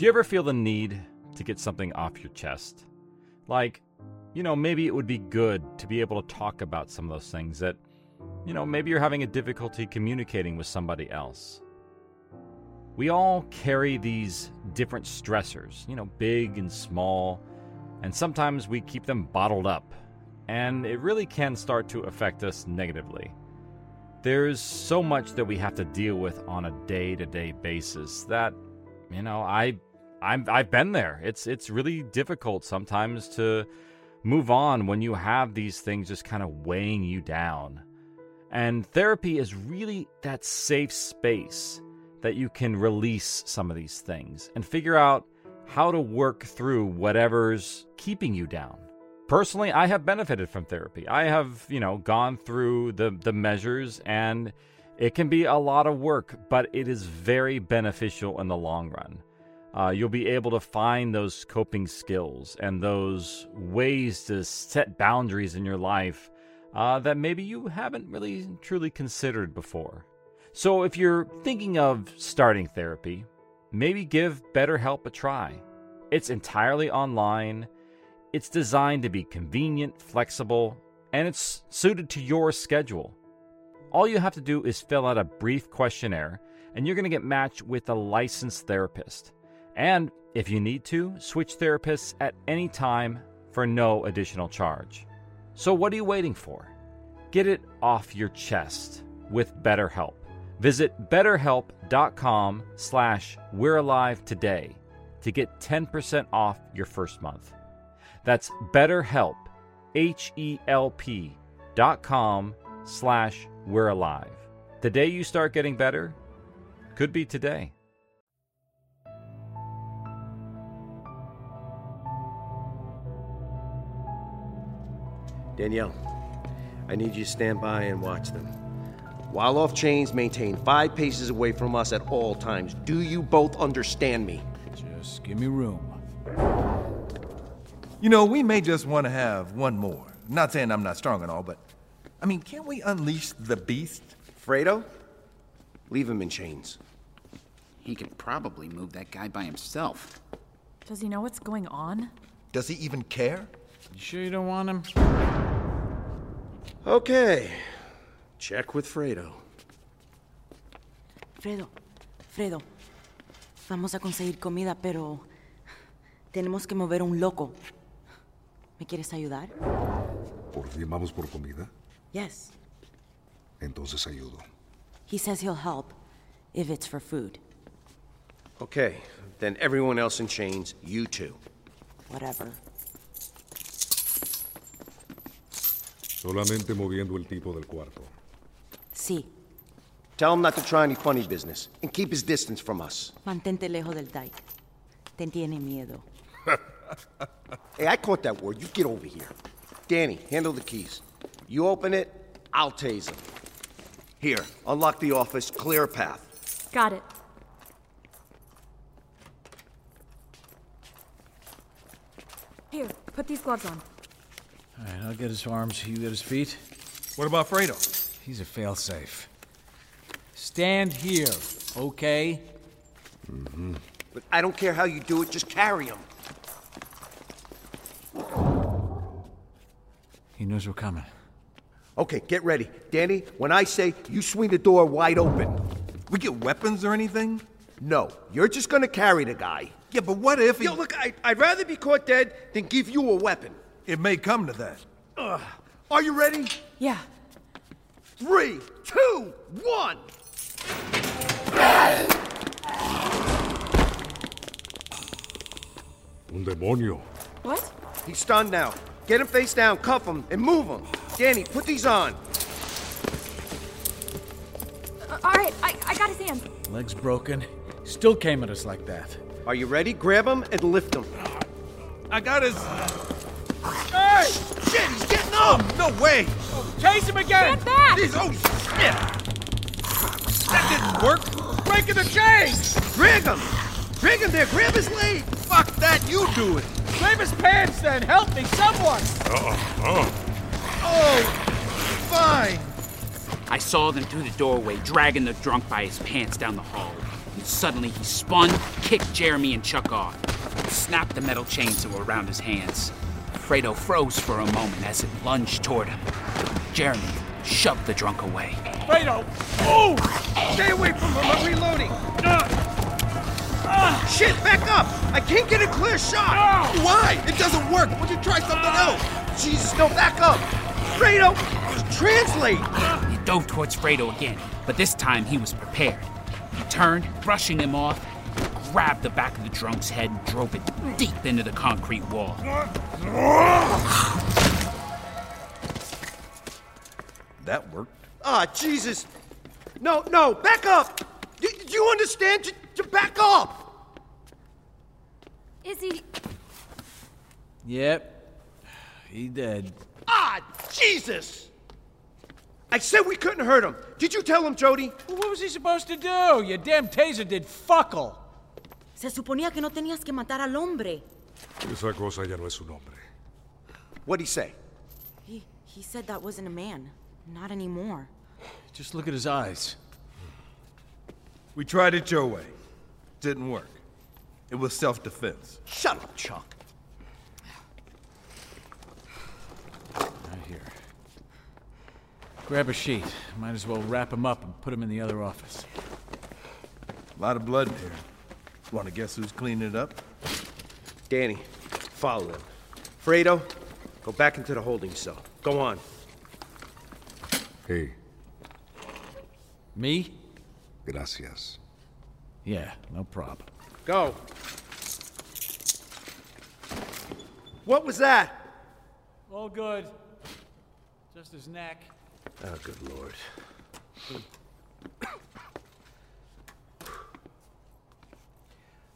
Speaker 16: Do you ever feel the need to get something off your chest? Like, you know, maybe it would be good to be able to talk about some of those things that, you know, maybe you're having a difficulty communicating with somebody else. We all carry these different stressors, you know, big and small, and sometimes we keep them bottled up, and it really can start to affect us negatively. There's so much that we have to deal with on a day-to-day basis that, you know, I I'm I've been there. It's it's really difficult sometimes to move on when you have these things just kind of weighing you down. And therapy is really that safe space that you can release some of these things and figure out how to work through whatever's keeping you down. Personally, I have benefited from therapy. I have, you know, gone through the the measures and it can be a lot of work, but it is very beneficial in the long run. Uh, you'll be able to find those coping skills and those ways to set boundaries in your life uh, that maybe you haven't really truly considered before. So, if you're thinking of starting therapy, maybe give BetterHelp a try. It's entirely online, it's designed to be convenient, flexible, and it's suited to your schedule. All you have to do is fill out a brief questionnaire, and you're going to get matched with a licensed therapist. And if you need to, switch therapists at any time for no additional charge. So, what are you waiting for? Get it off your chest with BetterHelp. Visit betterhelp.com slash we're alive today to get 10% off your first month. That's betterhelp, H-E-L-P dot com slash we're alive. The day you start getting better could be today.
Speaker 10: Danielle, I need you to stand by and watch them. While off chains, maintain five paces away from us at all times. Do you both understand me?
Speaker 7: Just give me room.
Speaker 3: You know, we may just want to have one more. Not saying I'm not strong and all, but I mean, can't we unleash the beast?
Speaker 10: Fredo? Leave him in chains.
Speaker 8: He could probably move that guy by himself.
Speaker 9: Does he know what's going on?
Speaker 12: Does he even care?
Speaker 7: You sure you don't want him?
Speaker 10: Okay. Check with Fredo.
Speaker 6: Fredo, Fredo, vamos a conseguir comida, pero tenemos que mover a un loco. ¿Me quieres ayudar?
Speaker 13: ¿Por fin vamos por comida?
Speaker 6: Yes,
Speaker 13: Entonces ayudo.
Speaker 6: he says he'll help if it's for food.
Speaker 10: Okay, then everyone else in chains, you two.
Speaker 6: Whatever.
Speaker 13: Solamente moviendo el tipo del cuarto.
Speaker 6: Sí,
Speaker 10: Tell him not to try any funny business and keep his distance from us.
Speaker 6: mantente lejos del dike. Te tiene miedo.
Speaker 10: Hey, I caught that word. You get over here. Danny, handle the keys. You open it, I'll tase him. Here, unlock the office, clear a path.
Speaker 9: Got it. Here, put these gloves on.
Speaker 7: All right, I'll get his arms, you get his feet.
Speaker 3: What about Fredo?
Speaker 7: He's a failsafe. Stand here, okay?
Speaker 13: Mm-hmm.
Speaker 10: But I don't care how you do it, just carry him.
Speaker 7: He knows we're coming.
Speaker 10: Okay, get ready. Danny, when I say you swing the door wide open.
Speaker 3: We get weapons or anything?
Speaker 10: No, you're just gonna carry the guy.
Speaker 3: Yeah, but what if he.
Speaker 10: Yo, look, I, I'd rather be caught dead than give you a weapon.
Speaker 3: It may come to that.
Speaker 10: Ugh. Are you ready?
Speaker 6: Yeah.
Speaker 10: Three, two, one.
Speaker 13: Un demonio.
Speaker 6: What?
Speaker 10: He's stunned now. Get him face down, cuff him, and move him. Danny, put these on.
Speaker 9: Uh, all right, I, I got his hand.
Speaker 7: Legs broken. Still came at us like that.
Speaker 10: Are you ready? Grab him and lift him.
Speaker 3: I got his.
Speaker 10: Hey! Shit, he's getting up!
Speaker 3: No way!
Speaker 7: Chase him again!
Speaker 9: Get back!
Speaker 3: These, oh, shit! That didn't work!
Speaker 7: Breaking the chains!
Speaker 10: Drag him! Drag him there! Grab his leg!
Speaker 3: Fuck that, you do it!
Speaker 7: Grab his pants then! Help me, someone!
Speaker 13: Uh-oh. Oh.
Speaker 3: Oh, fine!
Speaker 8: I saw them through the doorway, dragging the drunk by his pants down the hall. And suddenly he spun, kicked Jeremy and Chuck off, snapped the metal chains that were around his hands. Fredo froze for a moment as it lunged toward him. Jeremy shoved the drunk away.
Speaker 7: Fredo! Oh!
Speaker 10: Stay away from him, I'm reloading! Ah, Shit, back up! I can't get a clear shot!
Speaker 3: Why? It doesn't work! Would you try something else?
Speaker 10: Jesus, no, back up! Fredo, translate!
Speaker 8: He dove towards Fredo again, but this time he was prepared. He turned, brushing him off, grabbed the back of the drunk's head, and drove it deep into the concrete wall.
Speaker 3: That worked.
Speaker 10: Ah,
Speaker 17: God, Jesus. No, no, back up. Do, do you understand? J- j- back up.
Speaker 18: Izzy,
Speaker 7: Yep. He dead.
Speaker 17: Ah, Jesus. I said we couldn't hurt him. Did you tell him, Jody?
Speaker 7: What was he supposed to do? Your damn taser did fuckle.
Speaker 6: Se suponía que no tenías que matar al hombre.
Speaker 13: Esa cosa ya no es un hombre.
Speaker 17: What'd he say?
Speaker 6: He, he said that wasn't a man. Not anymore.
Speaker 7: Just look at his eyes.
Speaker 3: We tried it your way. Didn't work. It was self defense.
Speaker 17: Shut up, Chuck.
Speaker 7: Right here. Grab a sheet. Might as well wrap him up and put him in the other office.
Speaker 3: A lot of blood in here. Want to guess who's cleaning it up?
Speaker 10: Danny, follow him. Fredo, go back into the holding cell. Go on.
Speaker 13: Hey,
Speaker 7: Me?
Speaker 13: gracias.
Speaker 7: Yeah, no problem.
Speaker 17: Go. What was that?
Speaker 7: All good. Just his neck.
Speaker 10: Oh, good lord.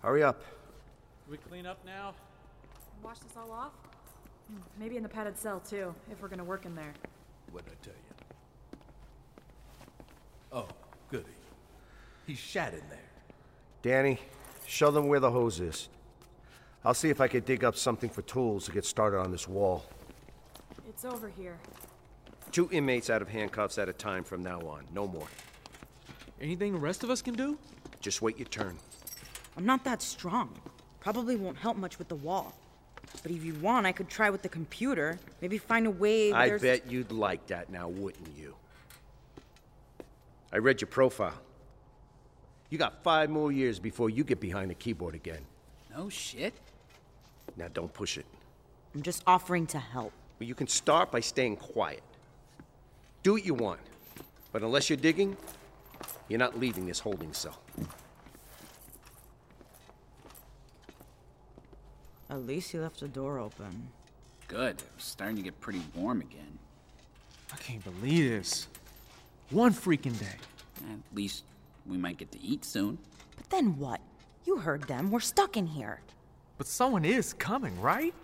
Speaker 11: Hurry up.
Speaker 7: we clean up now?
Speaker 9: Wash this all off? Hmm, Maybe in the padded cell, too, if we're gonna work in there.
Speaker 3: What did I tell you? Oh, goody. He shat in there.
Speaker 11: Danny, show them where the hose is. I'll see if I can dig up something for tools to get started on this wall.
Speaker 9: It's over here.
Speaker 10: Two inmates out of handcuffs at a time from now on. No more.
Speaker 4: Anything the rest of us can do?
Speaker 10: Just wait your turn.
Speaker 6: I'm not that strong. Probably won't help much with the wall. But if you want, I could try with the computer. Maybe find a way.
Speaker 10: I
Speaker 6: there's-
Speaker 10: bet you'd like that now, wouldn't you? I read your profile. You got five more years before you get behind the keyboard again.
Speaker 8: No shit.
Speaker 10: Now don't push it.
Speaker 6: I'm just offering to help.
Speaker 10: Well, you can start by staying quiet. Do what you want. But unless you're digging, you're not leaving this holding cell.
Speaker 6: At least you left the door open.
Speaker 8: Good. It's starting to get pretty warm again.
Speaker 4: I can't believe this. One freaking day.
Speaker 8: At least we might get to eat soon.
Speaker 6: But then what? You heard them. We're stuck in here.
Speaker 4: But someone is coming, right?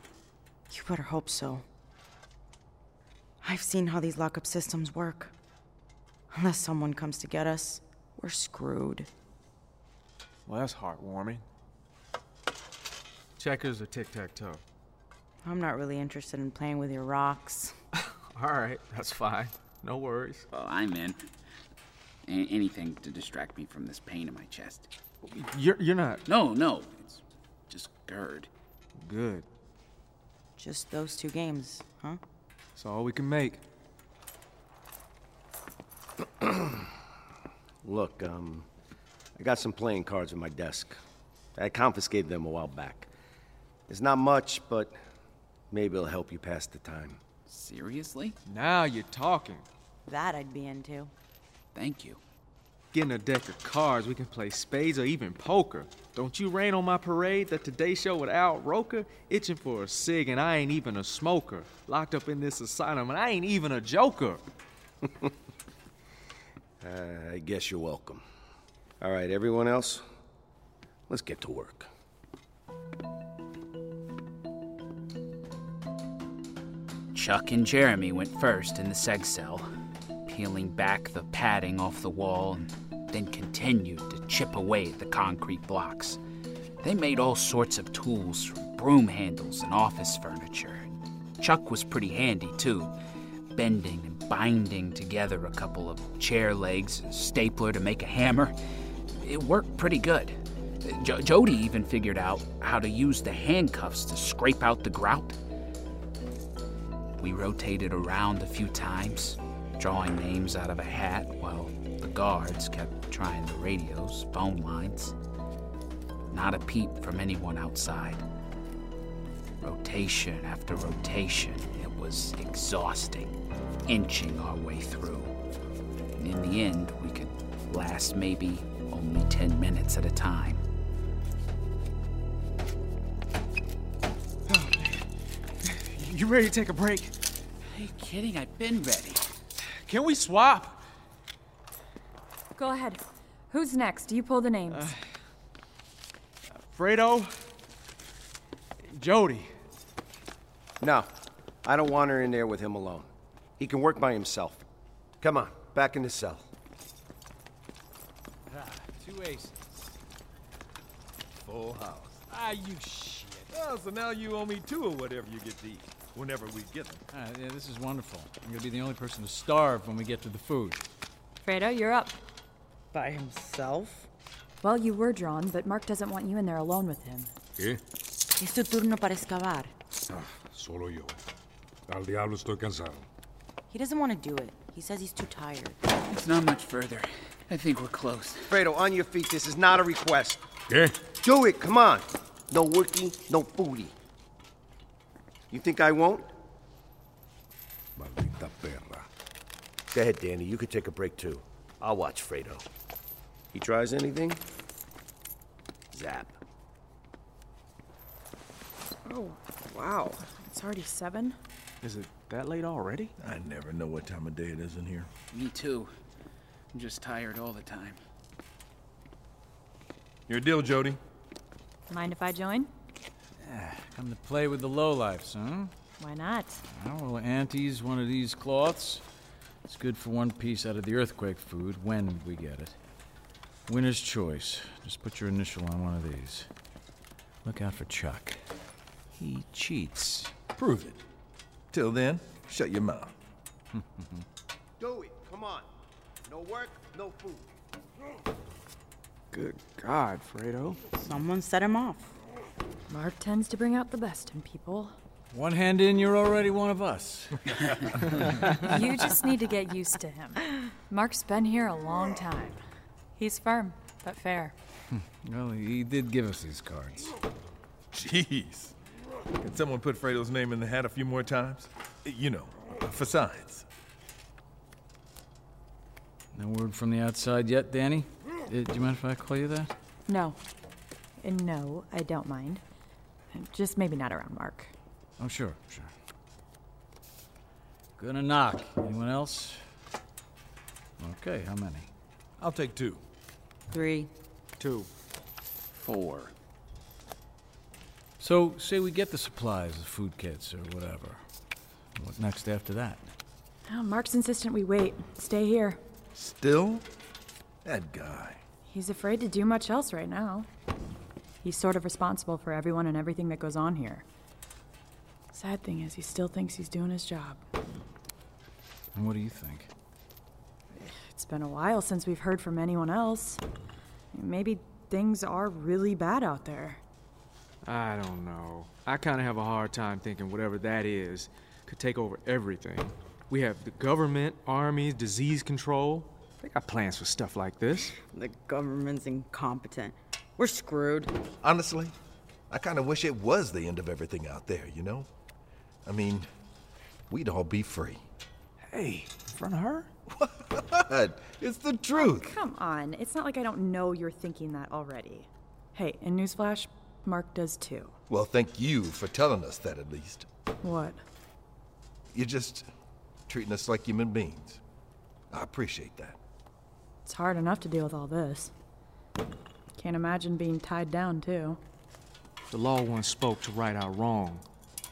Speaker 6: You better hope so. I've seen how these lockup systems work. Unless someone comes to get us, we're screwed.
Speaker 4: Well, that's heartwarming. Checkers or tic tac toe?
Speaker 6: I'm not really interested in playing with your rocks.
Speaker 4: Alright, that's fine. No worries.
Speaker 8: Well, I'm in. A- anything to distract me from this pain in my chest.
Speaker 4: You're, you're not.
Speaker 8: No, no. It's just GERD.
Speaker 4: Good.
Speaker 6: Just those two games, huh?
Speaker 4: That's all we can make.
Speaker 10: Look, um, I got some playing cards in my desk. I confiscated them a while back. It's not much, but maybe it'll help you pass the time.
Speaker 8: Seriously?
Speaker 4: Now you're talking.
Speaker 6: That I'd be into.
Speaker 8: Thank you.
Speaker 4: Getting a deck of cards, we can play spades or even poker. Don't you rain on my parade that Today Show with Al Roker? Itching for a cig, and I ain't even a smoker. Locked up in this asylum, and I ain't even a joker.
Speaker 10: Uh, I guess you're welcome. All right, everyone else, let's get to work.
Speaker 8: Chuck and Jeremy went first in the seg cell, peeling back the padding off the wall and then continued to chip away at the concrete blocks. They made all sorts of tools from broom handles and office furniture. Chuck was pretty handy too, bending and binding together a couple of chair legs, a stapler to make a hammer. It worked pretty good. Jo- Jody even figured out how to use the handcuffs to scrape out the grout we rotated around a few times, drawing names out of a hat while the guards kept trying the radios, phone lines. Not a peep from anyone outside. Rotation after rotation, it was exhausting, inching our way through. In the end, we could last maybe only 10 minutes at a time.
Speaker 4: You ready to take a break?
Speaker 8: Are you kidding? I've been ready.
Speaker 4: Can we swap?
Speaker 9: Go ahead. Who's next? You pull the names.
Speaker 4: Fredo, Jody.
Speaker 10: No, I don't want her in there with him alone. He can work by himself. Come on, back in the cell.
Speaker 7: Ah, Two aces.
Speaker 10: Full house.
Speaker 7: Ah, you shit.
Speaker 18: Well, so now you owe me two or whatever you get to eat, whenever we get them.
Speaker 7: All right, yeah, this is wonderful. I'm gonna be the only person to starve when we get to the food.
Speaker 9: Fredo, you're up.
Speaker 6: By himself?
Speaker 9: Well, you were drawn, but Mark doesn't want you in there alone with him.
Speaker 13: ¿Qué?
Speaker 6: Es tu turno para excavar.
Speaker 13: Ah, solo yo. Al diablo estoy cansado.
Speaker 6: He doesn't want to do it. He says he's too tired.
Speaker 8: It's not much further. I think we're close.
Speaker 10: Fredo, on your feet. This is not a request.
Speaker 13: ¿Qué?
Speaker 10: Do it, come on. No worky, no booty. You think I won't?
Speaker 11: Maldita perra. Go ahead, Danny. You could take a break too. I'll watch Fredo.
Speaker 10: He tries anything? Zap.
Speaker 6: Oh, wow. It's already seven.
Speaker 4: Is it that late already?
Speaker 12: I never know what time of day it is in here.
Speaker 8: Me too. I'm just tired all the time.
Speaker 12: Your deal, Jody.
Speaker 9: Mind if I join?
Speaker 7: Ah, Come to play with the lowlifes, huh?
Speaker 9: Why not?
Speaker 7: Well, we'll antes one of these cloths. It's good for one piece out of the earthquake food when we get it. Winner's choice. Just put your initial on one of these. Look out for Chuck. He cheats.
Speaker 12: Prove it. Till then, shut your mouth.
Speaker 10: Do it, come on. No work, no food.
Speaker 4: Good God, Fredo.
Speaker 6: Someone set him off.
Speaker 9: Mark tends to bring out the best in people.
Speaker 7: One hand in, you're already one of us.
Speaker 9: you just need to get used to him. Mark's been here a long time. He's firm, but fair.
Speaker 7: Well, he did give us these cards.
Speaker 12: Jeez. Can someone put Fredo's name in the hat a few more times? You know, for signs.
Speaker 7: No word from the outside yet, Danny? Uh, do you mind if I call you that?
Speaker 9: No. And no, I don't mind. Just maybe not around Mark.
Speaker 7: Oh, sure, sure. Gonna knock. Anyone else? Okay, how many?
Speaker 12: I'll take two.
Speaker 6: Three.
Speaker 4: Two.
Speaker 8: Four.
Speaker 7: So, say we get the supplies, the food kits, or whatever. What next after that?
Speaker 9: Oh, Mark's insistent we wait. Stay here.
Speaker 12: Still? That guy.
Speaker 9: He's afraid to do much else right now. He's sort of responsible for everyone and everything that goes on here. Sad thing is, he still thinks he's doing his job.
Speaker 7: And what do you think?
Speaker 9: It's been a while since we've heard from anyone else. Maybe things are really bad out there.
Speaker 4: I don't know. I kind of have a hard time thinking whatever that is could take over everything. We have the government, armies, disease control. They got plans for stuff like this.
Speaker 6: The government's incompetent. We're screwed.
Speaker 12: Honestly, I kind of wish it was the end of everything out there, you know? I mean, we'd all be free.
Speaker 4: Hey, in front of her?
Speaker 12: What? It's the truth.
Speaker 9: Oh, Come on, it's not like I don't know you're thinking that already. Hey, in Newsflash, Mark does too.
Speaker 12: Well, thank you for telling us that at least.
Speaker 9: What?
Speaker 12: You're just treating us like human beings. I appreciate that.
Speaker 9: It's hard enough to deal with all this. Can't imagine being tied down, too.
Speaker 4: The law once spoke to right our wrong.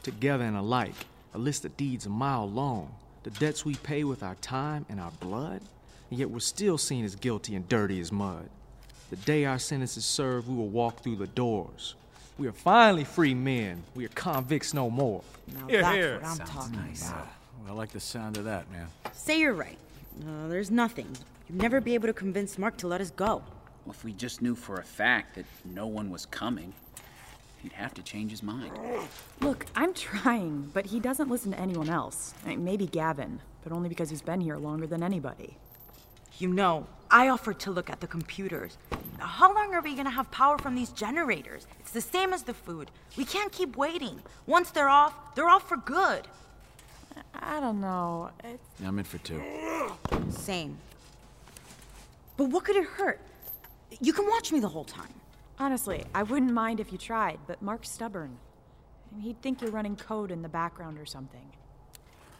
Speaker 4: Together and alike, a list of deeds a mile long. The debts we pay with our time and our blood, and yet we're still seen as guilty and dirty as mud. The day our sentence is served, we will walk through the doors. We are finally free men. We are convicts no more.
Speaker 6: Now
Speaker 4: Here,
Speaker 6: that's
Speaker 4: here.
Speaker 6: what I'm talking about.
Speaker 7: I like the sound of that, man.
Speaker 6: Say you're right. Uh, there's nothing. You'd never be able to convince Mark to let us go.
Speaker 8: Well, if we just knew for a fact that no one was coming, he'd have to change his mind.
Speaker 9: Look, I'm trying, but he doesn't listen to anyone else. I mean, maybe Gavin, but only because he's been here longer than anybody.
Speaker 6: You know, I offered to look at the computers. How long are we gonna have power from these generators? It's the same as the food. We can't keep waiting. Once they're off, they're off for good.
Speaker 9: I don't know.
Speaker 7: Yeah, I'm in for two.
Speaker 6: Same. But what could it hurt? You can watch me the whole time.
Speaker 9: Honestly, I wouldn't mind if you tried, but Mark's stubborn. And he'd think you're running code in the background or something.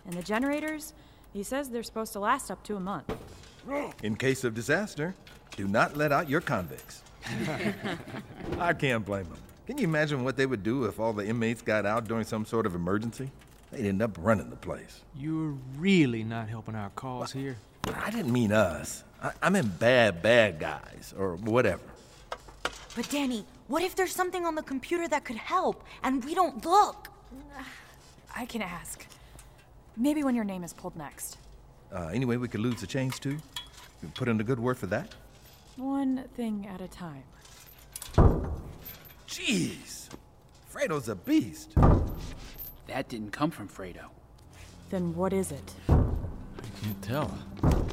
Speaker 9: And the generators, he says they're supposed to last up to a month.
Speaker 3: In case of disaster, do not let out your convicts. I can't blame them. Can you imagine what they would do if all the inmates got out during some sort of emergency? They'd end up running the place.
Speaker 4: You're really not helping our cause here.
Speaker 3: I didn't mean us. I, I meant bad, bad guys, or whatever.
Speaker 6: But Danny, what if there's something on the computer that could help and we don't look?
Speaker 9: I can ask. Maybe when your name is pulled next.
Speaker 3: Uh, anyway, we could lose the chains too. You put in a good word for that.
Speaker 9: One thing at a time.
Speaker 3: Jeez, Fredo's a beast.
Speaker 8: That didn't come from Fredo.
Speaker 9: Then what is it?
Speaker 8: Can't tell.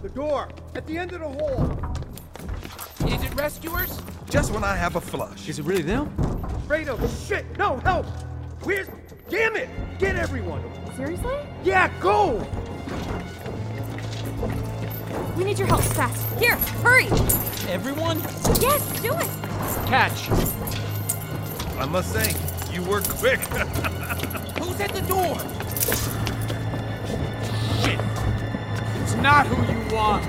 Speaker 17: The door at the end of the hall.
Speaker 8: Is it rescuers?
Speaker 3: Just when I have a flush.
Speaker 4: Is it really them?
Speaker 17: Fredo, shit! No help! Where's? Damn it! Get everyone!
Speaker 9: Seriously?
Speaker 17: Yeah, go!
Speaker 19: We need your help fast. Here, hurry!
Speaker 7: Everyone?
Speaker 19: Yes, do it!
Speaker 7: Catch!
Speaker 3: I must say, you were quick.
Speaker 7: Who's at the door? Shit! It's not who you want!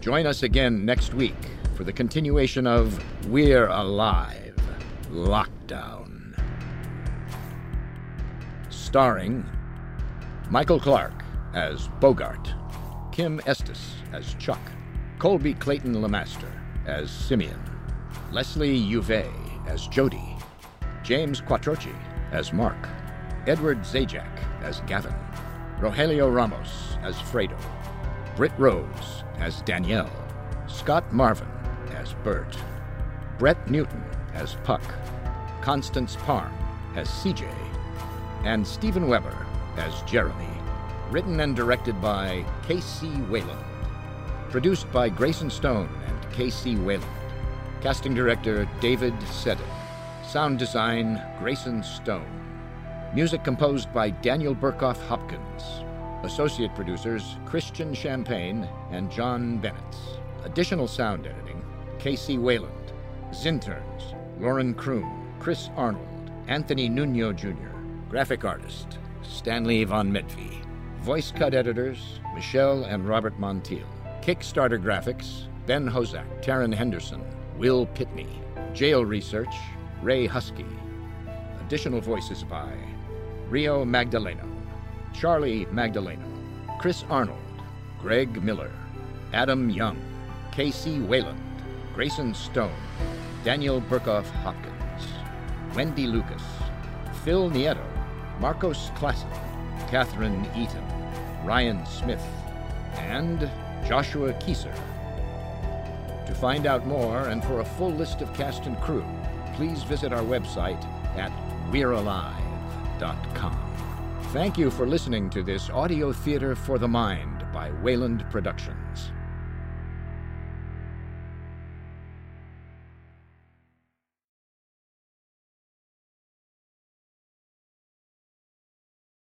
Speaker 1: Join us again next week for the continuation of We're Alive Lockdown. Starring Michael Clark as Bogart, Kim Estes as Chuck, Colby Clayton Lamaster as Simeon, Leslie Uve as Jody, James Quattrochi as Mark, Edward Zajac as Gavin, Rogelio Ramos as Fredo, Britt Rose as Danielle, Scott Marvin as Bert, Brett Newton as Puck, Constance Parm as CJ, and Stephen Weber as Jeremy. Written and directed by K.C. Wayland. Produced by Grayson Stone and K.C. Wayland. Casting director David Seddon. Sound design Grayson Stone. Music composed by Daniel Burkoff Hopkins. Associate producers Christian Champagne and John Bennett. Additional sound editing Casey Wayland, Zinterns, Lauren Kroon, Chris Arnold, Anthony Nuno Jr., graphic artist Stanley Von Medvey, voice cut editors Michelle and Robert Montiel, Kickstarter graphics Ben Hozak, Taryn Henderson, Will Pitney, jail research Ray Husky. Additional voices by Rio Magdaleno, Charlie Magdaleno, Chris Arnold, Greg Miller, Adam Young, Casey Wayland, Grayson Stone, Daniel Burkoff Hopkins, Wendy Lucas, Phil Nieto, Marcos Classic, Catherine Eaton, Ryan Smith, and Joshua Kieser. To find out more and for a full list of cast and crew, please visit our website at we'realive.com. Thank you for listening to this audio theater for the mind by Wayland Productions.